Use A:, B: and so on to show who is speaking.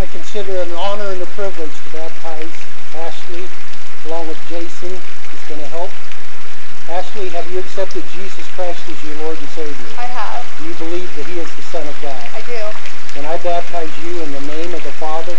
A: I consider it an honor and a privilege to baptize Ashley along with Jason, who's going to help. Ashley, have you accepted Jesus Christ as your Lord and Savior?
B: I have.
A: Do you believe that He is the Son of God?
B: I do.
A: And I baptize you in the name of the Father,